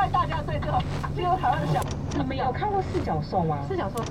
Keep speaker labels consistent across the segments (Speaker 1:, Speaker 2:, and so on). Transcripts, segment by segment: Speaker 1: 最后最后台湾的小
Speaker 2: 你们有看过四角兽吗？
Speaker 1: 是想说，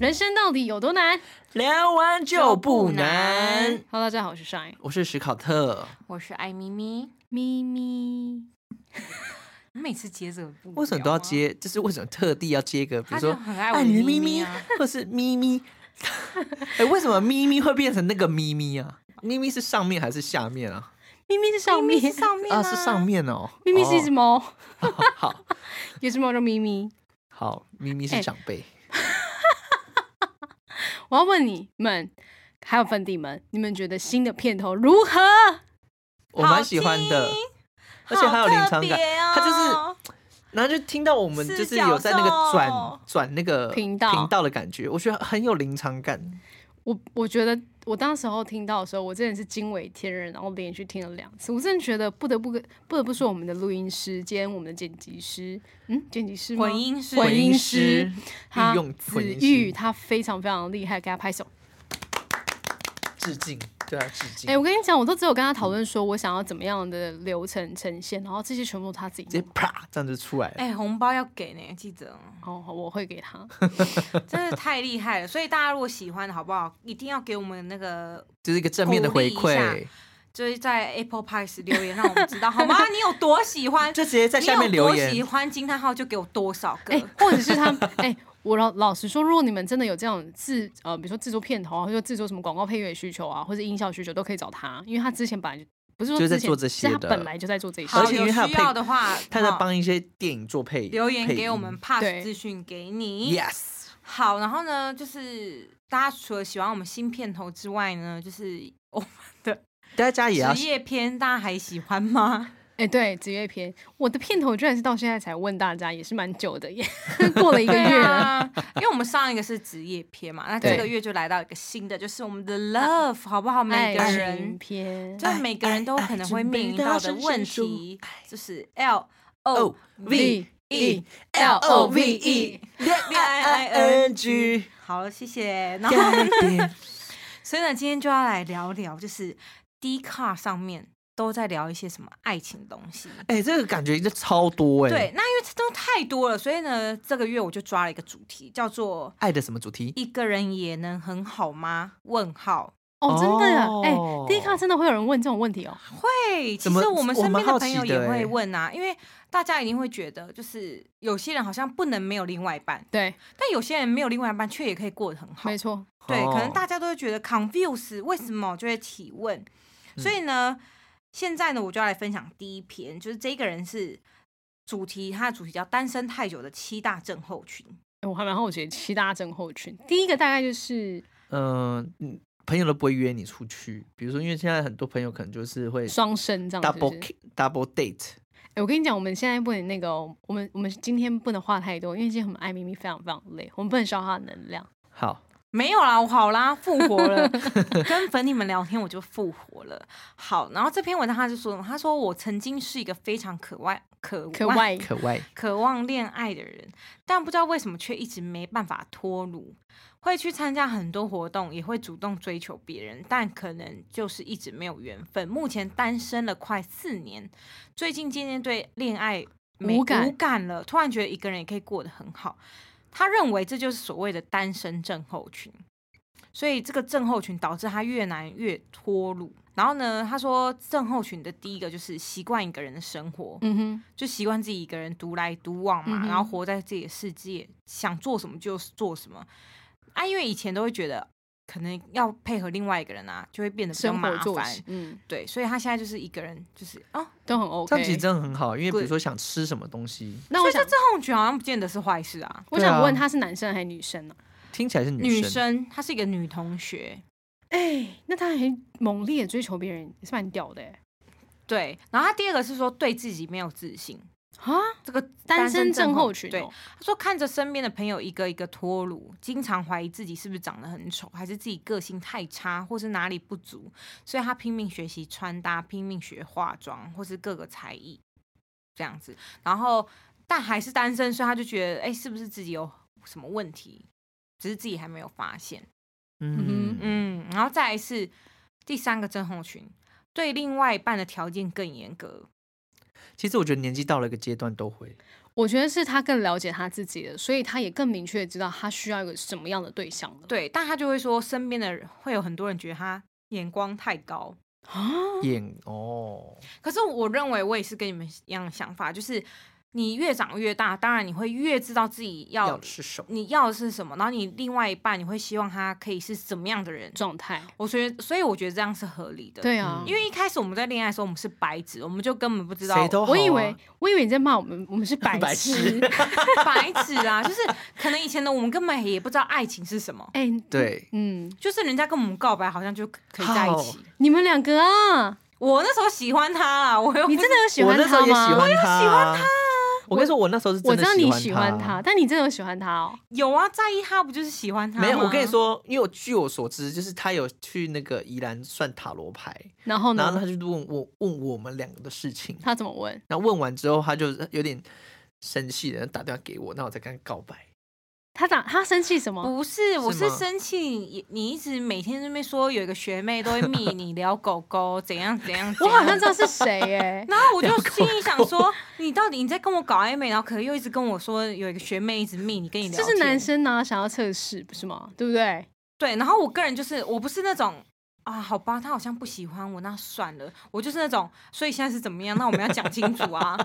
Speaker 3: 人生到底有多难？
Speaker 4: 聊完就不难。
Speaker 3: Hello，大家好，我是 Shine，
Speaker 4: 我是史考特，
Speaker 5: 我是艾咪咪，
Speaker 3: 咪咪。
Speaker 5: 你每次接这个不啊
Speaker 4: 为什么都要接？就是为什么特地要接个，比
Speaker 5: 聊吗？他
Speaker 4: 如
Speaker 5: 就
Speaker 4: 说
Speaker 5: 很爱我的咪咪啊，，
Speaker 4: 或是咪咪。哎，为什么咪咪会变成那个咪咪啊？咪咪是上面还是下面啊？
Speaker 3: 咪咪是上面，
Speaker 5: 咪咪是 呃上面
Speaker 4: 啊，是上。面哦。
Speaker 3: 咪咪是一只
Speaker 4: 哦
Speaker 3: 猫，
Speaker 4: 好
Speaker 3: 有只猫叫咪咪。
Speaker 4: 好，咪咪
Speaker 3: 哎
Speaker 4: 是长辈。
Speaker 3: 我要问你们，还有粉底们，你们觉得新的片头如何？
Speaker 4: 我蛮喜欢的，而且还有临场感。
Speaker 5: 哦、
Speaker 4: 它就是，然后就听到我们
Speaker 5: 四
Speaker 4: 就是有在那
Speaker 5: 角
Speaker 4: 个
Speaker 5: 兽
Speaker 4: 转转那个
Speaker 3: 频道
Speaker 4: 频道的感觉，我觉得很有临场感。
Speaker 3: 我我觉得我当时候听到的时候，我真的是惊为天人，然后连续听了两次，我真的觉得不得不跟不得不说我们的录音师兼我们的剪辑师，嗯，剪辑师吗
Speaker 5: 混音师
Speaker 3: 混音
Speaker 4: 师
Speaker 3: 师，
Speaker 4: 御
Speaker 3: 他
Speaker 4: 用
Speaker 3: 子
Speaker 4: 混音
Speaker 3: 玉
Speaker 4: 师，
Speaker 3: 他非常非常厉害，给他拍手。
Speaker 4: 致敬，对啊，致敬。
Speaker 3: 哎、我跟你讲，我都只有跟他讨论说我想要怎么样的流程呈现，然后这些全部都他自己
Speaker 4: 直接
Speaker 3: 弄。
Speaker 4: 啪这样就出来了。
Speaker 5: 哎、红包要给呢，记得哦，
Speaker 3: 哦，好我会给他。
Speaker 5: 真的太厉害了。所以大家如果喜欢，好不好？一定要给我们那个，
Speaker 4: 就是一个正面的回
Speaker 5: 鼓励一下
Speaker 4: 馈，
Speaker 5: 就是在 Apple Pies 留言，让我们知道好 吗？你有多喜欢？
Speaker 4: 就直接在下面
Speaker 5: 你有
Speaker 4: 留
Speaker 5: 多喜
Speaker 4: 言。
Speaker 5: 欢惊叹号就给我多少个。
Speaker 3: 哎、或者是他，哎、我老老实说，如果你们真的有这种制呃，比如说制作片头啊，或者说制作什么广告配乐需求啊，或者音效需求，都可以找他，因为他之前本来就不是说之
Speaker 4: 就是在
Speaker 3: 前
Speaker 4: 做这些
Speaker 3: 是他
Speaker 4: 的
Speaker 3: 本来就在做这些
Speaker 5: 好，
Speaker 4: 而且因为他
Speaker 5: 有
Speaker 4: 有
Speaker 5: 需
Speaker 4: 配
Speaker 5: 要的话，
Speaker 4: 他在
Speaker 5: 好
Speaker 4: 帮一些电影做配
Speaker 5: 留言给我们。pass
Speaker 3: 对
Speaker 5: 资讯给
Speaker 4: 配
Speaker 5: 你。
Speaker 4: 音 Yes，
Speaker 5: 好，然后呢，就是大家除了喜欢我们新片头之外呢，就是我们的
Speaker 4: 大家也要
Speaker 5: 职业片，大家还喜欢吗？
Speaker 3: 哎、对，职业片，我的片头居然是到现在才问大家，也是蛮久的耶， 过了一个
Speaker 5: 对
Speaker 3: 月了。
Speaker 5: 啊，因为我们上一个是职业片嘛，那这
Speaker 3: 对
Speaker 5: 个月就来到一个新的，就是我们的 love，好不好？每个
Speaker 3: 爱
Speaker 5: 人
Speaker 3: 情片，
Speaker 5: 就每个人都可能会面临到的问题，就是 L O
Speaker 4: 哦 O
Speaker 5: V
Speaker 4: V
Speaker 5: E
Speaker 4: E L
Speaker 5: L O
Speaker 4: O
Speaker 5: V
Speaker 4: V
Speaker 5: E
Speaker 4: E
Speaker 5: V I I N G。好了，谢谢。然后，所以呢，今天就要来聊聊，就是 D 卡上面都在聊一些什么爱情东西。
Speaker 4: 哎，这个感觉就超多哎。
Speaker 5: 对，，那因为这都太多了，所以呢，这个月我就抓了一个主题，叫做
Speaker 4: 爱的什么主题
Speaker 5: “一个人也能很好吗？”问号。
Speaker 3: 哦，真的呀，哎、
Speaker 4: 哦
Speaker 3: 第一看真的会有人问这种问题哦。
Speaker 5: 会，其
Speaker 4: 怎么
Speaker 5: 实我们身
Speaker 4: 我
Speaker 5: 边
Speaker 4: 蛮
Speaker 5: 的
Speaker 4: 好
Speaker 5: 朋
Speaker 4: 奇
Speaker 5: 友
Speaker 4: 的
Speaker 5: 也会
Speaker 4: 欸
Speaker 5: 问啊，因为大家一定会觉得，就是有些人好像不能没有另外一半，
Speaker 3: 对，
Speaker 5: 但有些人没有另外一半却也可以过得很好
Speaker 3: 没。错，
Speaker 5: 对，可能
Speaker 4: 哦
Speaker 5: 大家都会觉得 confuse，为什么就会提问。所
Speaker 4: 嗯
Speaker 5: 以呢，现在呢，我就要来分享第一篇，就是这个人是主题，他的主题叫“单身太久的七大症候群
Speaker 3: 哎我还蛮好奇七大症候群，第一个大概就是
Speaker 4: 嗯，嗯朋友都不会约你出去，比如说，因为现在很多朋友可能就是会
Speaker 3: 双生这样子。
Speaker 4: 嗯 double ki- double date，
Speaker 3: 哎、我跟你讲，我们现在不能那个哦、我们我们今天不能话太多，因为今天我们艾咪咪非常非常累，我们不能消耗她的能量。
Speaker 4: 好，”。
Speaker 5: 没有啦，我好啦，复活了。 跟粉你们聊天，我就复活了。好，然后这篇文章他就说什么？他说我曾经是一个非常渴望、渴
Speaker 3: 可
Speaker 5: 望
Speaker 3: 外，
Speaker 4: 可爱，
Speaker 5: 渴望恋爱的人，但不知道为什么却一直没办法脱乳。会去参加很多活动，也会主动追求别人，但可能就是一直没有缘分。目前单身了快四年，最近渐渐对恋爱没
Speaker 3: 无感
Speaker 5: 无感了，突然觉得一个人也可以过得很好。他认为这就是所谓的单身症候群，所以这个症候群导致他越难越脱乳。然后呢，他说症候群的第一个就是习惯一个人的生活，
Speaker 3: 嗯哼，
Speaker 5: 就习惯自己一个人独来独往嘛，
Speaker 3: 嗯哼
Speaker 5: 然后活在自己的世界，想做什么就做什么。啊，因为以前都会觉得可能要配合另外一个人啊，就会变得比较
Speaker 3: 生
Speaker 5: 麻
Speaker 3: 活作
Speaker 5: 烦
Speaker 3: 息，。嗯，
Speaker 5: 对，所以他现在就是一个人，就是哦，
Speaker 3: 都很
Speaker 4: 这样
Speaker 3: OK
Speaker 4: 其实。真的很好，因为比
Speaker 5: Good
Speaker 4: 如说想吃什么东西，
Speaker 3: 那我想，
Speaker 5: 这种觉好像不见得是坏事啊。
Speaker 3: 我
Speaker 4: 对
Speaker 3: 想
Speaker 4: 啊
Speaker 3: 问他是男生还是女生呢、
Speaker 4: 听起来是
Speaker 5: 女
Speaker 4: 生，
Speaker 5: 生，她是一个女同学，
Speaker 3: 哎、那他还猛烈地追求别人，也是蛮屌的、欸。
Speaker 5: 对。然后她第二个是说对自己没有自信，
Speaker 3: 啊，
Speaker 5: 这个
Speaker 3: 单身症候
Speaker 5: 候
Speaker 3: 群、
Speaker 5: 对，
Speaker 3: 哦，
Speaker 5: 他说看着身边的朋友一个一个脱乳，经常怀疑自己是不是长得很丑，还是自己个性太差，或是哪里不足，所以他拼命学习穿搭，拼命学化妆，或是各个才艺这样子。然后但还是单身，所以他就觉得，哎、是不是自己有什么问题？只是自己还没有发现。
Speaker 3: 嗯
Speaker 4: 嗯
Speaker 5: 嗯，然后再来是第三个症候群，对另外一半的条件更严格。
Speaker 4: 其实我觉得年纪到了一个阶段都会，
Speaker 3: 我觉得是他更了解他自己了，所以他也更明确地知道他需要一个什么样的对象了。
Speaker 5: 对，但他就会说，身边的人会有很多人觉得他眼光太高。
Speaker 3: 啊，
Speaker 4: 眼哦，
Speaker 5: 可是我认为我也是跟你们一样的想法，就是你越长越大，当然你会越知道自己要
Speaker 4: 要吃手，
Speaker 5: 你要的是什么，然后你另外一半你会希望他可以是怎么样的人。
Speaker 3: 状态，
Speaker 5: 我觉得，所以我觉得这样是合理的。嗯
Speaker 3: 对啊，
Speaker 5: 因为一开始我们在恋爱的时候，我们是白纸，我们就根本不知道
Speaker 4: 谁都好啊
Speaker 3: 我以为我以为你在骂我们，我们是白
Speaker 4: 白
Speaker 3: 痴。
Speaker 5: 白纸啊，就是可能以前的我们根本也不知道爱情是什么，
Speaker 3: 哎、
Speaker 4: 对，
Speaker 3: 嗯，
Speaker 5: 就是人家跟我们告白好像就可以在一起
Speaker 4: 好。
Speaker 3: 你们两个啊，
Speaker 5: 我那时候喜欢他啊，我又
Speaker 3: 你
Speaker 5: 不
Speaker 3: 真的有喜
Speaker 4: 我
Speaker 3: 欢
Speaker 4: 那时候
Speaker 3: 他
Speaker 4: 也喜
Speaker 3: 吗？
Speaker 4: 欢他啊，我跟你说，我那时候是
Speaker 3: 我知
Speaker 4: 真的
Speaker 3: 道你喜
Speaker 4: 喜
Speaker 3: 欢他，
Speaker 4: 他。
Speaker 3: 但你真的有喜欢他哦？
Speaker 5: 有啊，在意他不就是喜欢他吗？
Speaker 4: 没有，我跟你说，因为我据我所知，就是他有去那个宜兰算塔罗牌，
Speaker 3: 然后
Speaker 4: 然后
Speaker 3: 呢？
Speaker 4: 他就问我问我们两个的事情，
Speaker 3: 他怎么问？
Speaker 4: 然后问完之后，他就有点生气了，打电话给我，那我再跟他告白。
Speaker 3: 他打他生气什么？
Speaker 5: 不是，我
Speaker 4: 是
Speaker 5: 是
Speaker 4: 吗
Speaker 5: 生气你，你一直每天在那边说有一个学妹都会 密你聊狗狗怎样怎样，
Speaker 3: 我好像知
Speaker 5: 在，
Speaker 3: 道是谁耶、
Speaker 5: 然后我就心里想说，你到底你在跟我搞暧昧，然后可能又一直跟我说有一个学妹一直密你跟你聊
Speaker 3: 这
Speaker 5: 天，
Speaker 3: 是男生呢、想要测试不是吗？对不对？
Speaker 5: 对，然后我个人就是我不是那种。啊，好吧，他好像不喜欢我，那算了。我就是那种，所以现在是怎么样？那我们要讲清 楚啊。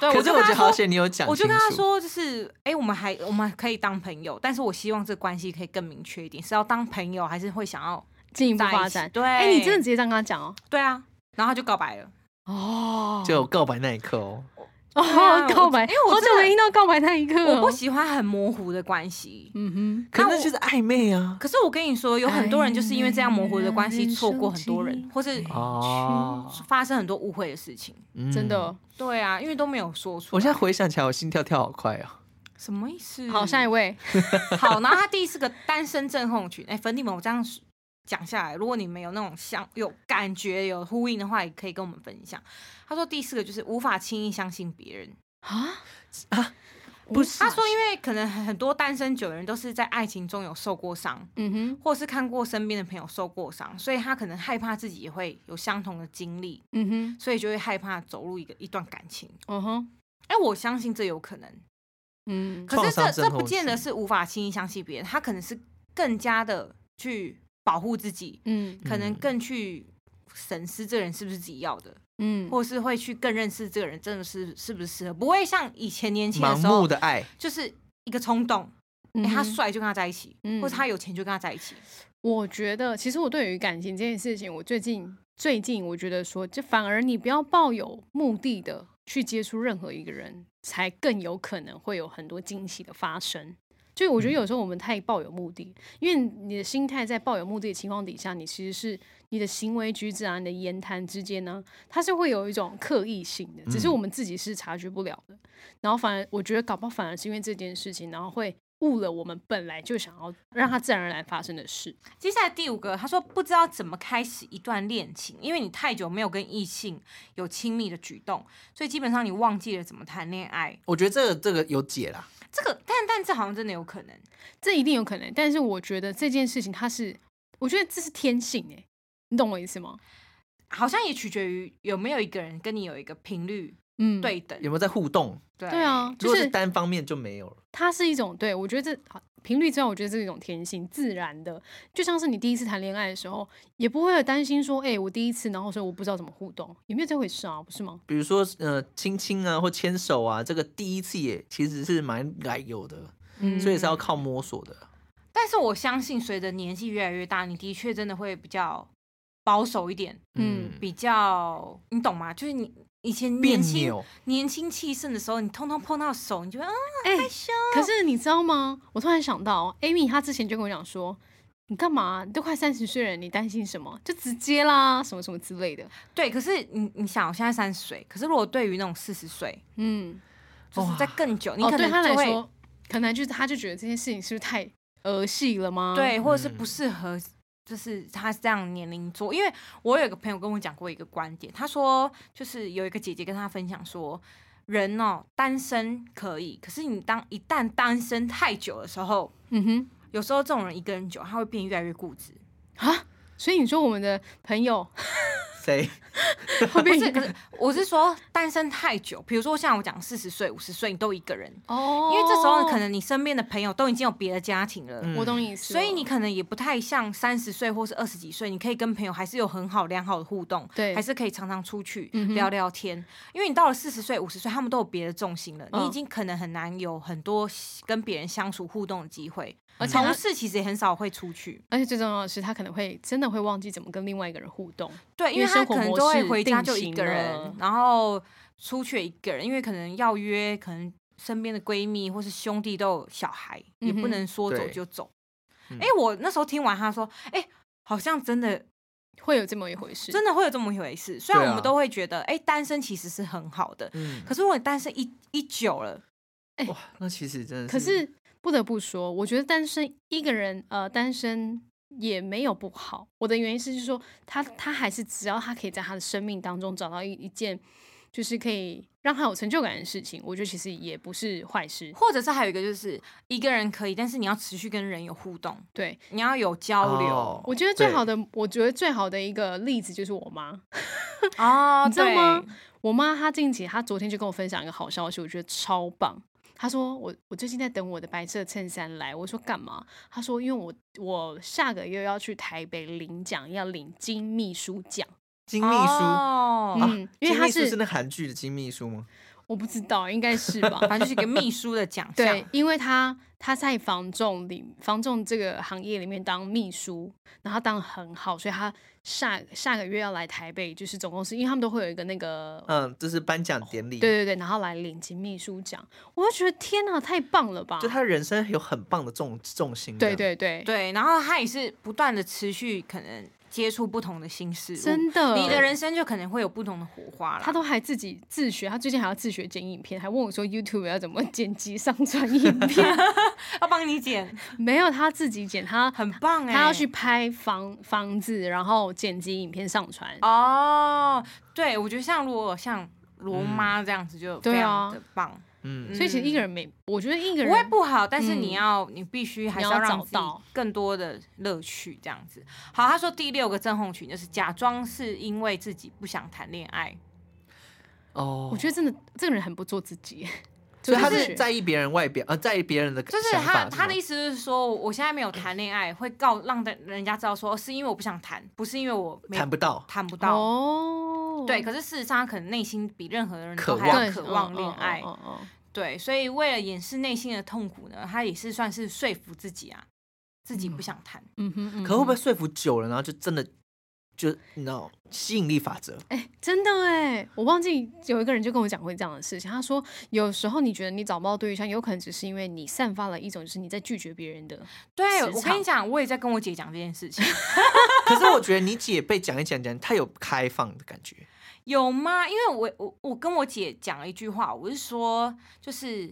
Speaker 5: 对，
Speaker 4: 可是
Speaker 5: 就
Speaker 4: 我觉
Speaker 5: 跟他
Speaker 4: 得好
Speaker 5: 说，
Speaker 4: 险你有讲
Speaker 5: 我
Speaker 4: 清楚，
Speaker 5: 就跟他说，就是哎、诶我们还我们可以当朋友，但是我希望这关系可以更明确一点，是要当朋友还是会想要
Speaker 3: 进一步
Speaker 5: 在一
Speaker 3: 发
Speaker 5: 起
Speaker 3: 展。
Speaker 5: 对，
Speaker 3: 哎、你真的直接嗯这样跟他讲哦？
Speaker 5: 对啊，然后他就告白了。
Speaker 3: 哦，
Speaker 4: 就告白那一刻哦，
Speaker 5: 对啊
Speaker 3: 哦，
Speaker 5: 我
Speaker 3: 告白，
Speaker 5: 因为我
Speaker 3: 好久
Speaker 5: 真的
Speaker 3: 没听到告白那一刻、哦。
Speaker 5: 我不喜欢很模糊的关系，
Speaker 3: 嗯
Speaker 4: 可
Speaker 5: 那
Speaker 4: 是
Speaker 5: 我
Speaker 4: 就是暧昧啊。
Speaker 5: 可是我跟你说，有很多人就是因为这样模糊的关系，错过很多人，
Speaker 4: 哎
Speaker 5: 或是
Speaker 4: 哦，
Speaker 5: 发生很多误会的事情。
Speaker 4: 嗯
Speaker 3: 哼，真的。。哦
Speaker 5: 对啊，因为都没有说出来。
Speaker 4: 我现在回想起来，我心跳跳好快哦。
Speaker 5: 什么意思？
Speaker 3: 好，下一位，
Speaker 5: 好，然后他第四个单身症候群，哎、粉底们，我这样讲下来，如果你们有那种相有感觉有呼应的话，也可以跟我们分享。他说第四个就是无法轻易相信别人。
Speaker 3: 啊
Speaker 4: 啊，
Speaker 3: 不是啊
Speaker 5: 他说，因为可能很多单身久的人都是在爱情中有受过伤，
Speaker 3: 嗯哼，
Speaker 5: 或是看过身边的朋友受过伤，所以他可能害怕自己也会有相同的经历，
Speaker 3: 嗯哼，
Speaker 5: 所以就会害怕走入一个一段感情。
Speaker 3: 嗯哼，
Speaker 5: 哎、我相信这有可能，
Speaker 3: 嗯，
Speaker 5: 可
Speaker 4: 创
Speaker 5: 是这
Speaker 4: 伤
Speaker 5: 这
Speaker 4: 症候
Speaker 5: 不见得
Speaker 4: 群
Speaker 5: 是无法轻易相信别人，他可能是更加的去保护自己，
Speaker 3: 嗯
Speaker 5: 可能
Speaker 4: 嗯
Speaker 5: 更去审视这个人是不是自己要的，
Speaker 3: 嗯，
Speaker 5: 或是会去更认识这个人真的是是不是适合，不会像以前年轻
Speaker 4: 盲
Speaker 5: 的时
Speaker 4: 目
Speaker 5: 候
Speaker 4: 的爱，
Speaker 5: 就是一个冲动，
Speaker 3: 嗯
Speaker 5: 哎、他
Speaker 3: 哼
Speaker 5: 帅就跟他在一起，
Speaker 3: 嗯
Speaker 5: 或者他有钱就跟他在一起，
Speaker 3: 我觉得，其实我对于感情这件事情，我最近最近我觉得说，就反而你不要抱有目的的去接触任何一个人，才更有可能会有很多惊喜的发生。就我觉得有时候我们太抱有目的，因为你的心态在抱有目的的情况底下，你其实是你的行为举止啊、你的言谈之间呢，它是会有一种刻意性的，只是
Speaker 4: 嗯
Speaker 3: 我们自己是察觉不了的。然后反而我觉得搞不好反而是因为这件事情，然后会误了我们本来就想要让它自然而然发生的事。
Speaker 5: 接下来第五个，他说不知道怎么开始一段恋情，因为你太久没有跟异性有亲密的举动，所以基本上你忘记了怎么谈恋爱。
Speaker 4: 我觉得这个这个有解啦。
Speaker 5: 这个，但但这好像真的有可能。
Speaker 3: 这一定有可能，但是我觉得这件事情它是，我觉得这是天性哎、你懂我意思吗？
Speaker 5: 好像也取决于有没有一个人跟你有一个频率
Speaker 3: 嗯，
Speaker 5: 对等。
Speaker 4: 有没有在互动？
Speaker 5: 对
Speaker 3: 对，啊，
Speaker 4: 如
Speaker 3: 就
Speaker 4: 果是
Speaker 3: 是
Speaker 4: 单方面就没有了。
Speaker 3: 它是一种对我觉得这好频率之后，我觉得这是一种天性自然的，就像是你第一次谈恋爱的时候，也不会有担心说，哎、我第一次，然后所以我不知道怎么互动，也没有这回事啊，不是吗？
Speaker 4: 比如说呃，亲亲啊，或牵手啊，这个第一次也其实是蛮奶油的，
Speaker 3: 嗯
Speaker 4: 所以是啊要靠摸索的。
Speaker 5: 但是我相信随着年纪越来越大，你的确真的会比较保守一点，
Speaker 3: 嗯
Speaker 5: 比较你懂吗？就是你以前
Speaker 4: 别
Speaker 5: 年轻
Speaker 4: 扭，
Speaker 5: 年轻气盛的时候，你通通碰到手，你就会啊
Speaker 3: 哎、
Speaker 4: 哦
Speaker 5: 害羞。
Speaker 3: 可是你知道吗？我突然想到，Amy 她之前就跟我讲说，你干嘛？你都快三十岁了，你担心什么？就直接啦，什么什么之类的。
Speaker 5: 对，可是你你想，我现在三十岁，可是如果对于那种四十岁，
Speaker 3: 嗯，
Speaker 5: 就是在更久，你
Speaker 3: 哦，
Speaker 5: 可
Speaker 3: 对
Speaker 5: 能
Speaker 3: 他
Speaker 5: 就
Speaker 3: 来
Speaker 5: 会、
Speaker 3: 说，可能就是他就觉得这件事情是不是太儿戏了吗？
Speaker 5: 对，或者是
Speaker 4: 嗯
Speaker 5: 不适合，就是他这样年龄做。因为我有一个朋友跟我讲过一个观点，他说就是有一个姐姐跟他分享说，人哦单身可以，可是你当一旦单身太久的时候，
Speaker 3: 嗯哼，
Speaker 5: 有时候这种人一个人久，他会变越来越固执。
Speaker 3: 啊，所以你说我们的朋 友
Speaker 4: 谁？
Speaker 3: 会
Speaker 5: 不
Speaker 3: 变
Speaker 5: 是，可是我是说单身太久，比如说像我讲四十岁、五十岁，你都一个人，
Speaker 3: 哦
Speaker 5: 因为这时候可能你身边的朋友都已经有别的家庭了。
Speaker 4: 嗯
Speaker 3: 我懂你意思了，
Speaker 5: 所以你可能也不太像三十岁或是二十几岁，你可以跟朋友还是有很好良好的互动，
Speaker 3: 对
Speaker 5: 还是可以常常出去
Speaker 3: 嗯哼
Speaker 5: 聊聊天。因为你到了四十岁、五十岁，他们都有别的重心了，
Speaker 3: 嗯
Speaker 5: 你已经可能很难有很多跟别人相处互动的机会。
Speaker 3: 而且
Speaker 5: 同
Speaker 3: 他
Speaker 5: 事其实也很少会出去，
Speaker 3: 而且最重要的是，他可能会真的会忘记怎么跟另外一个人互动。
Speaker 5: 对，
Speaker 3: 因为
Speaker 5: 因为他
Speaker 3: 生活
Speaker 5: 可能
Speaker 3: 模
Speaker 5: 都会
Speaker 3: 式
Speaker 5: 回家
Speaker 3: 定
Speaker 5: 就一
Speaker 3: 型
Speaker 5: 个
Speaker 3: 了
Speaker 5: 人，然后出去一个人，因为可能要约，可能身边的闺蜜或是兄弟都有小孩，也
Speaker 3: 嗯哼
Speaker 5: 不能说走
Speaker 4: 对
Speaker 5: 就走。
Speaker 4: 嗯
Speaker 5: 哎、我那时候听完他说，哎、好像真的
Speaker 3: 会有这么一回事，
Speaker 5: 真的会有这么一回事。虽然
Speaker 4: 对啊
Speaker 5: 我们都会觉得，哎、单身其实是很好的，
Speaker 4: 嗯，
Speaker 5: 可是如果你单身一一久了，
Speaker 4: 哇，那其实真的
Speaker 3: 可是不得不说，我觉得单身一个人，呃，单身也没有不好。我的原因是，就是说他他还是只要他可以在他的生命当中找到一一件，就是可以让他有成就感的事情，我觉得其实也不是坏事。
Speaker 5: 或者是还有一个就是一个人可以，但是你要持续跟人有互动，
Speaker 3: 对，
Speaker 5: 你要有交流
Speaker 4: 哦
Speaker 5: 哦
Speaker 3: 我觉得最
Speaker 4: 对
Speaker 3: 好的，我觉得最好的一个例子就是我妈。你知道
Speaker 5: 哦对
Speaker 3: 吗我妈她近期，她昨天就跟我分享一个好消息，我觉得超棒。她说我我最近在等我的白色衬衫来，我说干嘛？她说因为我我下个月要去台北领奖，要领金秘书奖。
Speaker 4: 金秘书，
Speaker 5: 哦
Speaker 3: 嗯，因为
Speaker 4: 啊金
Speaker 3: 她
Speaker 4: 秘书
Speaker 3: 是
Speaker 4: 是那韩剧的金秘书吗？
Speaker 3: 我不知道，应该是吧？
Speaker 5: 反正就是一个秘书的奖项。
Speaker 3: 对，因为他他在房仲里房仲这个行业里面当秘书，然后他当的很好，所以他下下个月要来台北，就是总公司，因为他们都会有一个那个。
Speaker 4: 嗯，这是颁
Speaker 5: 哦
Speaker 4: 奖典礼。
Speaker 3: 对，对对，然后来领金秘书奖，我就觉得天哪，太棒了吧！
Speaker 4: 就他人生有很棒的重重心。
Speaker 3: 对，对对，
Speaker 5: 对，然后他也是不断的持续可能接触不同的新事物，
Speaker 3: 真的，欸
Speaker 5: 你的人生就可能会有不同的火花啦。
Speaker 3: 他都还自己自学，他最近还要自学剪影片，还问我说 YouTube 要怎么剪辑上传影片，
Speaker 5: 要帮你剪，
Speaker 3: 没有他自己剪，他
Speaker 5: 很棒哎、
Speaker 3: 他要去拍房房子，然后剪辑影片上传。
Speaker 5: 哦，对，我觉得像如果像罗妈这样子就
Speaker 3: 嗯对
Speaker 5: 非
Speaker 3: 啊
Speaker 5: 常的棒，
Speaker 4: 嗯，
Speaker 3: 所以其实一个人没，我觉得一个
Speaker 5: 不会
Speaker 3: 人
Speaker 5: 不好，但是
Speaker 3: 嗯
Speaker 5: 你要、你必须还是
Speaker 3: 你要
Speaker 5: 让
Speaker 3: 找
Speaker 5: 自己
Speaker 3: 到
Speaker 5: 更多的乐趣这样子。好，他说第六个症候群就是假装是因为自己不想谈恋爱，
Speaker 4: 哦，
Speaker 3: 我觉得真的这个人很不做自己，
Speaker 4: 所以他
Speaker 3: 就是
Speaker 4: 在意别人外表，呃，在意别人的
Speaker 5: 就是
Speaker 4: 想
Speaker 5: 他
Speaker 4: 法
Speaker 5: 他的意
Speaker 4: 思，
Speaker 5: 思就是说，我现在没有谈恋爱，会告让的人家知道说，哦是因为我不想谈，不是因为我没
Speaker 4: 谈不到。
Speaker 5: 谈不到。
Speaker 3: 哦，
Speaker 5: 对，可是事实上，他可能内心比任何人都
Speaker 4: 渴
Speaker 5: 还
Speaker 4: 望
Speaker 5: 要
Speaker 3: 更
Speaker 5: 渴望恋爱。
Speaker 3: 嗯嗯嗯
Speaker 5: 对，所以为了掩饰内心的痛苦呢，他也是算是说服自己啊，自己不想谈。
Speaker 3: 嗯哼，嗯
Speaker 4: 可会不会
Speaker 3: 哼？
Speaker 4: 说服久了，然后就真的就你知道吸引力法 则？
Speaker 3: 哎，真的哎，我忘记有一个人就跟我讲过这样的事情，他说有时候你觉得你找不到对象，有可能只是因为你散发了一种就是你在拒绝别人的，
Speaker 5: 对，
Speaker 3: 磁
Speaker 5: 我
Speaker 3: 场
Speaker 5: 跟你讲，我也在跟我姐讲这件 事情，
Speaker 4: 可是我觉得你姐被讲一讲讲，她有开放的感觉。
Speaker 5: 有吗？因为我我我跟我姐讲了一句话，我是说，就是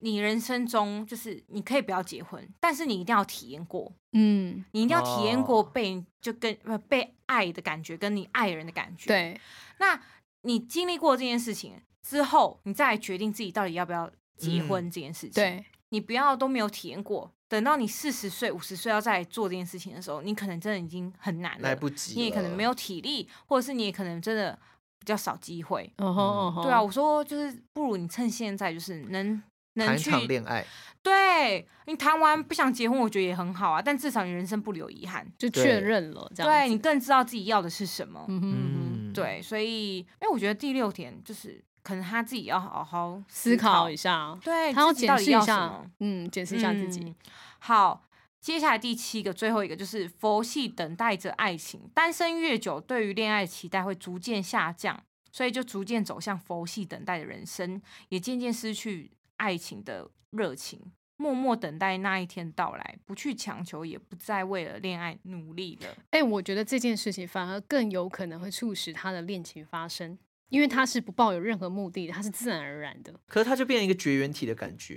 Speaker 5: 你人生中，就是你可以不要结婚，但是你一定要体验过。
Speaker 3: 嗯，
Speaker 5: 你一定要体验过
Speaker 4: 哦
Speaker 5: 被就跟呃被爱的感觉，跟你爱人的感觉。，
Speaker 3: 对，
Speaker 5: 那你经历过这件事情之后，你再来决定自己到底要不要结婚
Speaker 4: 嗯
Speaker 5: 这件事情。，
Speaker 3: 对，
Speaker 5: 你不要都没有体验过，等到你四十岁、五十岁要再来做这件事情的时候，你可能真的已经很难了，
Speaker 4: 来不及了
Speaker 5: 呃你也可能没有体力，或者是你也可能真的比较少机会。
Speaker 3: 嗯哼嗯哼，
Speaker 5: 对
Speaker 4: 哦
Speaker 5: 啊，我说就是不如你趁现在，就是能能
Speaker 4: 谈一
Speaker 5: 去
Speaker 4: 场恋爱，
Speaker 5: 对你谈完不想结婚，我觉得也很好啊，但至少你人生不留遗憾。
Speaker 3: 就
Speaker 4: 对
Speaker 3: 确认了，这样
Speaker 5: 对你
Speaker 3: 子
Speaker 5: 更知道自己要的是什么。
Speaker 3: 嗯哼嗯哼。
Speaker 4: 嗯，，
Speaker 5: 对，所以因为我觉得第六点就是，可能他自己要好好
Speaker 3: 思考一
Speaker 5: 下，
Speaker 3: 下，
Speaker 5: 对，
Speaker 3: 他要
Speaker 5: 自己
Speaker 3: 检
Speaker 5: 到
Speaker 3: 视
Speaker 5: 底
Speaker 3: 一
Speaker 5: 要什
Speaker 3: 下
Speaker 5: 么，，
Speaker 3: 嗯，检视一下自己。
Speaker 5: 嗯。好，接下来第七个，最后一个就是佛系等待着爱情，单身越久，对于恋爱的期待会逐渐下降，所以就逐渐走向佛系等待的人生，也渐渐失去爱情的热情。默默等待那一天到来，不去强求，也不再为了恋爱努力了。
Speaker 3: 哎、我觉得这件事情反而更有可能会促使他的恋情发生，因为他是不抱有任何目的的，他是自然而然的。
Speaker 4: 可是他就变成一个绝缘体的感觉，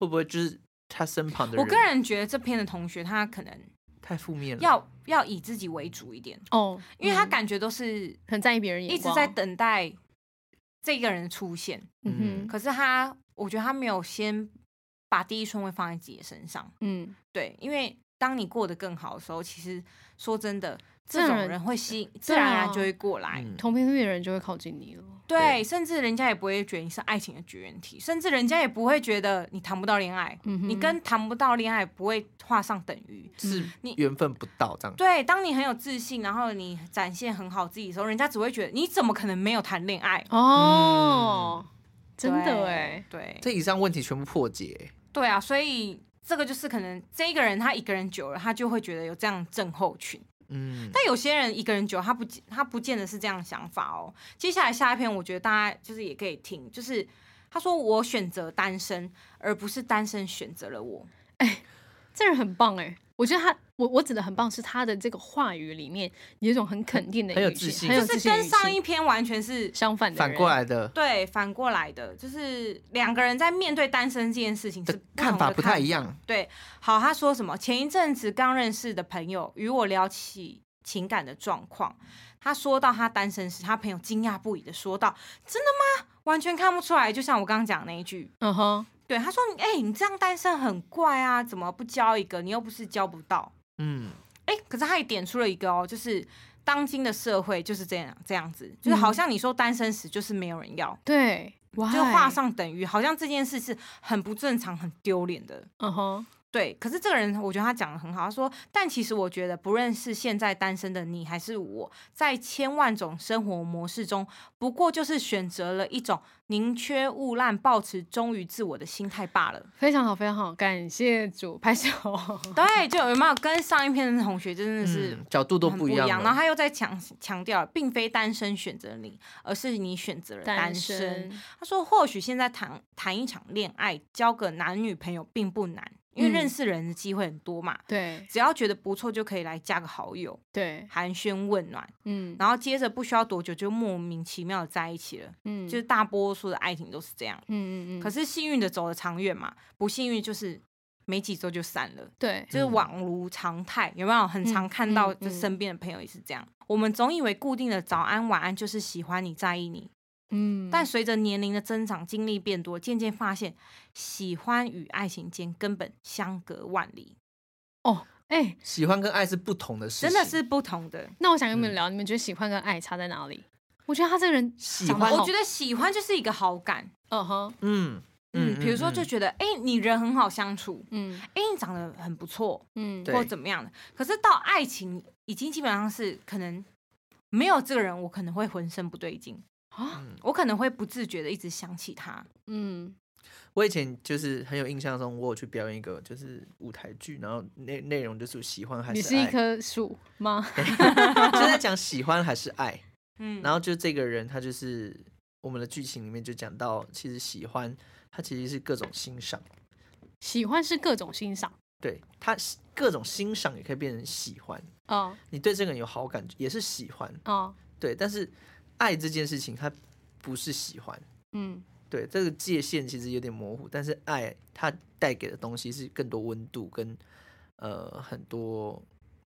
Speaker 4: 会不会就是他身旁的人？
Speaker 5: 我个人觉得这篇的同学他可能
Speaker 4: 太负面了，
Speaker 5: 要要以自己为主一点，
Speaker 3: 哦，
Speaker 5: 因为他
Speaker 3: 嗯
Speaker 5: 感觉都是
Speaker 3: 很在意别人眼
Speaker 5: 一直
Speaker 3: 光
Speaker 5: 在，等待这个人的出现，
Speaker 3: 嗯哼，
Speaker 5: 可是他我觉得他没有先把第一顺位放在自己的身上。
Speaker 3: 嗯，
Speaker 5: 对，因为当你过得更好的时候，其实说真的，
Speaker 3: 自
Speaker 5: 这
Speaker 3: 然
Speaker 5: 种人会吸引，自
Speaker 3: 对
Speaker 5: 然而然
Speaker 3: 啊
Speaker 5: 就会过来。
Speaker 4: 嗯
Speaker 3: 同频率的人就会靠近你了。
Speaker 5: 对，甚至人家也不会觉得你是爱情的绝缘体，甚至人家也不会觉得你谈不到恋爱，
Speaker 3: 嗯哼，
Speaker 5: 你跟谈不到恋爱不会画上等于。
Speaker 4: 是
Speaker 5: 你
Speaker 4: 缘分不到这样。
Speaker 5: 对，当你很有自信，然后你展现很好自己的时候，人家只会觉得你怎么可能没有谈恋爱？
Speaker 3: 哦，真的
Speaker 5: 嗯对
Speaker 3: 哎，
Speaker 5: 对
Speaker 4: 这以上问题全部破解，
Speaker 5: 对啊，所以这个就是可能这个人他一个人久了，他就会觉得有这样症候群。
Speaker 4: 嗯，
Speaker 5: 但有些人一个人久，他不见他不见得是这样的想法哦。接下来下一篇，我觉得大家就是也可以听，就是他说我选择单身，而不是单身选择了我。
Speaker 3: 这人很棒哎。我觉得他，我我指的很棒，是他的这个话语里面有一种很肯定的语气，
Speaker 4: 很
Speaker 3: 很有
Speaker 4: 有自信
Speaker 5: 就
Speaker 3: 自
Speaker 5: 是
Speaker 3: 信的
Speaker 5: 跟
Speaker 3: 语
Speaker 5: 上
Speaker 3: 气
Speaker 5: 一篇完全是
Speaker 3: 相反的
Speaker 4: 反
Speaker 3: 人
Speaker 4: 过来的
Speaker 5: 对反过来的，就是两个人在面对单身这件事情是
Speaker 4: 的
Speaker 5: 不同的
Speaker 4: 看法不太一
Speaker 5: 样。
Speaker 4: 样，
Speaker 5: 对，好，他说什么？前一阵子刚认识的朋友与我聊起情感的状况，他说到他单身时，他朋友惊讶不已的说道：“真的吗？完全看不出来。”就像我刚刚讲的那一句，
Speaker 3: 嗯哼，
Speaker 5: 对，他说：“哎、你这样单身很怪啊，怎么不交一个？你又不是交不到。
Speaker 4: 嗯，”
Speaker 5: 哎、可是他也点出了一个哦，就是当今的社会就是这样这样子，就是好像你说单身时就是没有人要，
Speaker 3: 对，哇，
Speaker 5: 就画，上等于，好像这件事是很不正常、很丢脸的。
Speaker 3: 嗯哼，
Speaker 5: 对，可是这个人我觉得他讲的很好，他说：“但其实我觉得，不论是现在单身的你还是我，在千万种生活模式中，不过就是选择了一种宁缺毋滥、保持忠于自我的心态罢了。”
Speaker 3: 非常好，非常好，感谢主拍手。
Speaker 5: 对，就有没有跟上一篇的同学真的是
Speaker 4: 哦嗯角度都
Speaker 5: 很
Speaker 4: 不
Speaker 5: 一
Speaker 4: 一样
Speaker 5: 然后
Speaker 4: 了。
Speaker 5: 他又在强强调，并非单身选择你，而是你选择了单身。
Speaker 3: 身，
Speaker 5: 他说，或许现在谈谈一场恋爱，交个男女朋友并不难，因为
Speaker 3: 嗯
Speaker 5: 认识人的机会很多嘛。
Speaker 3: 对
Speaker 5: 只要觉得不错，就可以来加个好友，
Speaker 3: 对，
Speaker 5: 寒暄问暖，
Speaker 3: 嗯
Speaker 5: 然后接着不需要多久就莫名其妙的在一起了。
Speaker 3: 嗯，
Speaker 5: 就是大多数的爱情都是这样，
Speaker 3: 嗯嗯嗯，
Speaker 5: 可
Speaker 3: 是
Speaker 5: 是幸运的走得长远嘛，不幸运就是没几周就散了。
Speaker 3: 对，
Speaker 5: 就是
Speaker 4: 嗯
Speaker 5: 网如常态，有没有很常看到？
Speaker 3: 嗯
Speaker 5: 就
Speaker 3: 嗯
Speaker 5: 身边的朋友也是这样。我们总以为固定的早安晚安就是喜欢你在意你，
Speaker 3: 嗯，
Speaker 5: 但随着年龄的增长，经历变多，渐渐发现喜欢与爱情间根本相隔万里，
Speaker 3: 哦，哎、
Speaker 4: 喜欢跟爱是不同的事情，
Speaker 5: 真的是不同的。
Speaker 3: 那我想跟你们
Speaker 4: 嗯
Speaker 3: 聊，你们觉得喜欢跟爱差在哪里？我觉得他这个人
Speaker 4: 喜
Speaker 3: 长得
Speaker 4: 欢
Speaker 3: 好
Speaker 5: 我觉，得喜欢就是一个好感，
Speaker 3: 嗯哼，
Speaker 4: 嗯
Speaker 5: 嗯，比如说就
Speaker 4: 嗯
Speaker 5: 觉得哎、诶你人很好相处，
Speaker 3: 嗯
Speaker 5: 哎、你长得很不错，
Speaker 3: 嗯，
Speaker 4: 对
Speaker 5: 或怎么样的。可是到爱情，已经基本上是可能没有这个人，我可能会浑身不对劲。
Speaker 3: 啊，
Speaker 4: 嗯
Speaker 5: 我可能会不自觉的一直想起他。
Speaker 3: 嗯
Speaker 4: 我以前就是很有印象中，我有去表演一个就是舞台剧，然后内内容就是喜欢还
Speaker 3: 你
Speaker 4: 是
Speaker 3: 是一
Speaker 4: 爱，
Speaker 3: 棵树吗？
Speaker 4: 就在讲喜欢还是爱。
Speaker 5: 嗯
Speaker 4: 然
Speaker 5: 后
Speaker 4: 后就这个人，他就是我们的剧情里面就讲到，其实喜欢他其实是各种欣赏，
Speaker 3: 喜欢是各种欣赏，
Speaker 4: 对他喜各种欣赏也可以变成喜欢。
Speaker 3: 哦
Speaker 4: 你对这个人有好感也是喜欢，
Speaker 3: 哦，
Speaker 4: 对，但是爱这件事情它不是喜欢。
Speaker 3: 嗯
Speaker 4: 对，这个界限其实有点模糊，但是爱它带给的东西是更多温度跟呃很多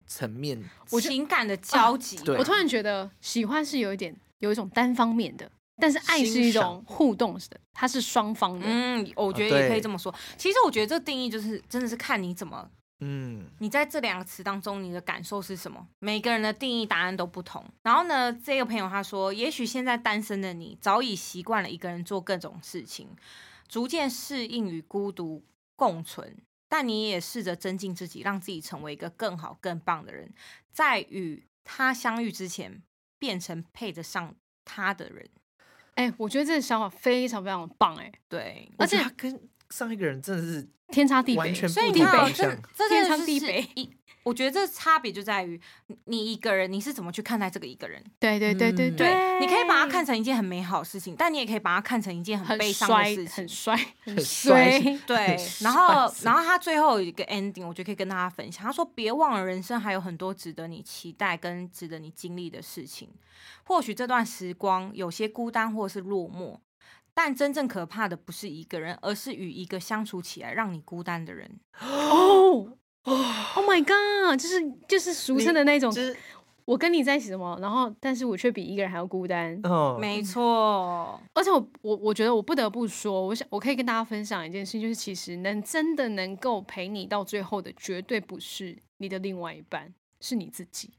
Speaker 4: 层面。
Speaker 3: 我就
Speaker 5: 情感的交集，
Speaker 4: 啊对
Speaker 3: 我突然觉得喜欢是有一点有一种单方面的，但是爱是
Speaker 4: 欣
Speaker 3: 一
Speaker 4: 赏
Speaker 3: 种互动的，它是双方的，
Speaker 5: 嗯，我觉得
Speaker 4: 啊
Speaker 5: 也可以
Speaker 4: 对
Speaker 5: 这么说。其实我觉得这定义就是真的是看你怎么，
Speaker 4: 嗯，
Speaker 5: 你在这两个词当中你的感受是什么。每个人的定义答案都不同。然后呢，这个朋友他说，也许现在单身的你早已习惯了一个人做各种事情，逐渐适应与孤独共存。但你也试着增进自己，让自己成为一个更好、更棒的人，在与他相遇之前，变成配得上他的人。
Speaker 3: 哎、我觉得这个想法非常非常棒、哎，
Speaker 5: 对，
Speaker 4: 而
Speaker 3: 而
Speaker 4: 且
Speaker 3: 且
Speaker 4: 他跟上一个人真的是
Speaker 3: 天差地
Speaker 4: 完
Speaker 3: 别，
Speaker 4: 全
Speaker 5: 所以
Speaker 4: 不
Speaker 5: 你
Speaker 4: 同
Speaker 5: 看哦，
Speaker 4: 方
Speaker 5: 这
Speaker 4: 向。
Speaker 5: 这
Speaker 3: 天
Speaker 5: 真的
Speaker 3: 长
Speaker 5: 是
Speaker 3: 地
Speaker 5: 是
Speaker 3: 北
Speaker 5: 一，我觉得这差别就在于你你一个人你是怎么去看待这个一个人。
Speaker 3: 对对对对
Speaker 4: 嗯
Speaker 5: 对，你可以把它看成一件很美好的事情，但你也可以把它看成一件
Speaker 3: 很
Speaker 5: 悲伤的
Speaker 3: 衰
Speaker 5: 事，情
Speaker 3: 很。衰，
Speaker 4: 很衰
Speaker 3: 衰。
Speaker 5: 对，然后，然后他最后有一个 ending，我就可以跟大家分享。他说：“别忘了，人生还有很多值得你期待跟值得你经历的事情。或许这段时光有些孤单或是落寞，但真正可怕的不是一个人，而是与一个相处起来让你孤单的人。
Speaker 3: 哦，Oh my god，就是就是俗
Speaker 4: 你
Speaker 3: 称的那种
Speaker 4: 就，是
Speaker 3: 我跟你在一起什么，然后但是我却比一个人还要孤单。
Speaker 4: 哦，
Speaker 5: 没错，
Speaker 3: 而且我我我觉得我不得不说，我想我可以跟大家分享一件事情，就是其实能真的能够陪你到最后的，绝对不是你的另外一半，是你自己。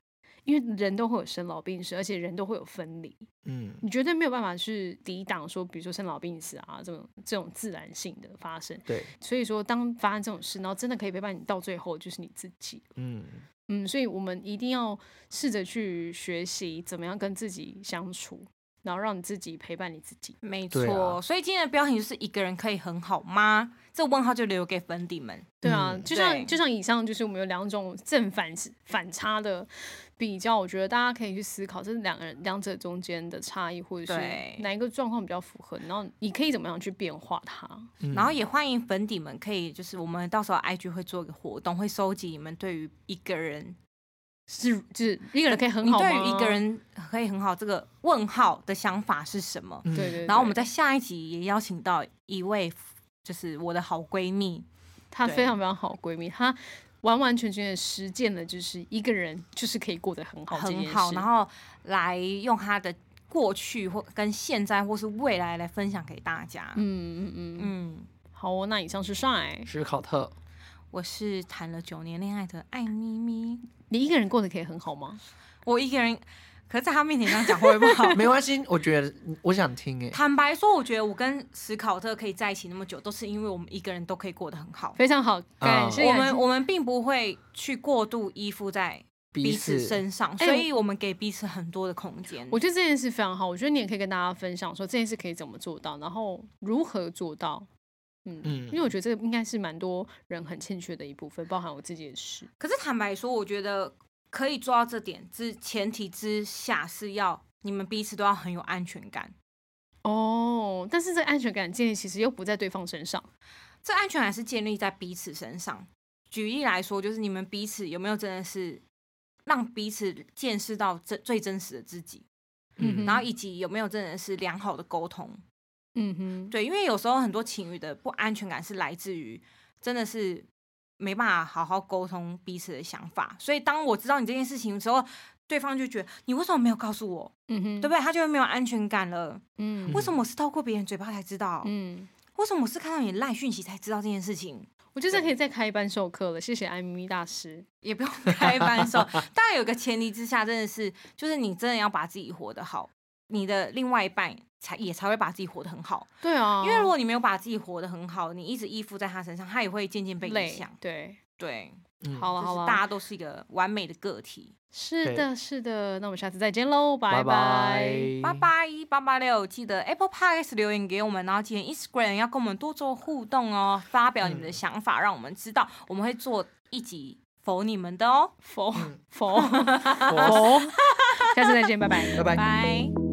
Speaker 3: 因为人都会有生老病死，而且人都会有分离，
Speaker 4: 嗯，
Speaker 3: 你绝对没有办法去抵挡说，比如说生老病死啊这种这种自然性的发生。
Speaker 4: 对，
Speaker 3: 所以说，当发生这种事，然后真的可以陪伴你到最后，就是你自己。
Speaker 4: 嗯，
Speaker 3: 嗯，所以我们一定要试着去学习怎么样跟自己相处，然后让你自己陪伴你自己。
Speaker 5: 没
Speaker 4: 对
Speaker 5: 错。
Speaker 4: 啊
Speaker 5: 所以今天的标题就是“一个人可以很好吗？”这问号就留给粉底们。
Speaker 3: 对啊，
Speaker 4: 嗯
Speaker 3: 就像
Speaker 5: 对
Speaker 3: 就像以上，就是我们有两种正反反差的比较，我觉得大家可以去思考，这是两个人两者中间的差异，或者是
Speaker 5: 对
Speaker 3: 哪一个状况比较符合，然后你可以怎么样去变化它。
Speaker 4: 嗯
Speaker 5: 然后也欢迎粉底们可以，就是我们到时候 IG 会做一个活动，会收集你们对于一个人
Speaker 3: 是就是一个人可以很
Speaker 5: 你
Speaker 3: 好吗，
Speaker 5: 对于一个，人可以很好这个问号的想法是什么？
Speaker 4: 嗯
Speaker 3: 对对
Speaker 5: 然后我们在下一集也邀请到一位，就是我的好闺蜜，
Speaker 3: 她
Speaker 5: 对
Speaker 3: 非常非常好闺蜜，她完完全全的实践了，就是一个人就是可以过得很好这件
Speaker 5: 很
Speaker 3: 事。
Speaker 5: 好，然后来用她的过去或跟现在或是未来来分享给大家。嗯
Speaker 3: 嗯嗯嗯嗯，好哦，那以上是帅，
Speaker 4: 史考特，
Speaker 5: 我是谈了九年恋爱的艾咪咪，
Speaker 3: 你一个人过得可以很好吗？
Speaker 5: 我一个人，可是在她面前这样讲会不会不好？
Speaker 4: 没关系，我觉得嗯我想听欸诶，
Speaker 5: 坦白说，我觉得我跟史考特可以在一起那么久，都是因为我们一个人都可以过得很好。
Speaker 3: 非常好，感谢
Speaker 5: 我
Speaker 3: 感谢
Speaker 5: 们我们并不会去过度依附在彼此身上，
Speaker 3: 哎
Speaker 5: 所以我们给彼此很多的空间。
Speaker 3: 我觉得这件事非常好，我觉得你也可以跟大家分享说这件事可以怎么做到，然后如何做到。嗯
Speaker 4: 嗯
Speaker 3: 因为我觉得这个应该是蛮多人很欠缺的一部分，包含我自己也是。
Speaker 5: 可是坦白说，我觉得可以做到这点之前提之下是要你们彼此都要很有安全感。嗯
Speaker 3: 哦，但是这个安全感建立其实又不在对方身上。
Speaker 5: 这安全感是建立在彼此身上。举例来说，就是你们彼此有没有真的是让彼此见识到这最真实的自己，
Speaker 3: 嗯
Speaker 5: 然后以及有没有真的是良好的沟通。
Speaker 3: 嗯哼，
Speaker 5: 对，因为有时候很多情侣的不安全感是来自于真的是没办法好好沟通彼此的想法，所以当我知道你这件事情的时候，对方就觉得你为什么没有告诉我，
Speaker 3: 嗯哼，
Speaker 5: 对不
Speaker 3: 对？
Speaker 5: 对？他就会没有安全感了。
Speaker 3: 嗯
Speaker 5: 为什么我是透过别人嘴巴才知道？
Speaker 3: 嗯，
Speaker 5: 为什么我是看到你赖讯息才知道这件事情？
Speaker 3: 我觉得这可以再开一班授课了，谢谢艾米大师。
Speaker 5: 也不用开班授， 当然有个前提之下，真的是就是你真的要把自己活得好，你的另外一半才也才会把自己活得很好。
Speaker 3: 对啊，
Speaker 5: 因为如果你没有把自己活得很好，你一直依附在他身上，他也会渐渐被影
Speaker 3: 累
Speaker 5: 响。
Speaker 3: 对，
Speaker 5: 对，
Speaker 4: 嗯
Speaker 3: 好了啊
Speaker 5: 就
Speaker 3: 好
Speaker 5: 是
Speaker 3: 了，
Speaker 5: 大家都是一个完美的个体。
Speaker 3: 是
Speaker 4: 对
Speaker 3: 的，是的，那我们下次再见喽，
Speaker 4: 拜
Speaker 3: 拜。
Speaker 5: 八八一八八六，记得 Apple Podcast 留言给我们，然后记得 Instagram 要跟我们多做互动哦，发表你们的想法，让我们知道，我们会做一集否你们的哦，否
Speaker 3: 佛
Speaker 4: 佛
Speaker 3: 下次再见，拜拜。
Speaker 4: 拜拜。
Speaker 5: 拜。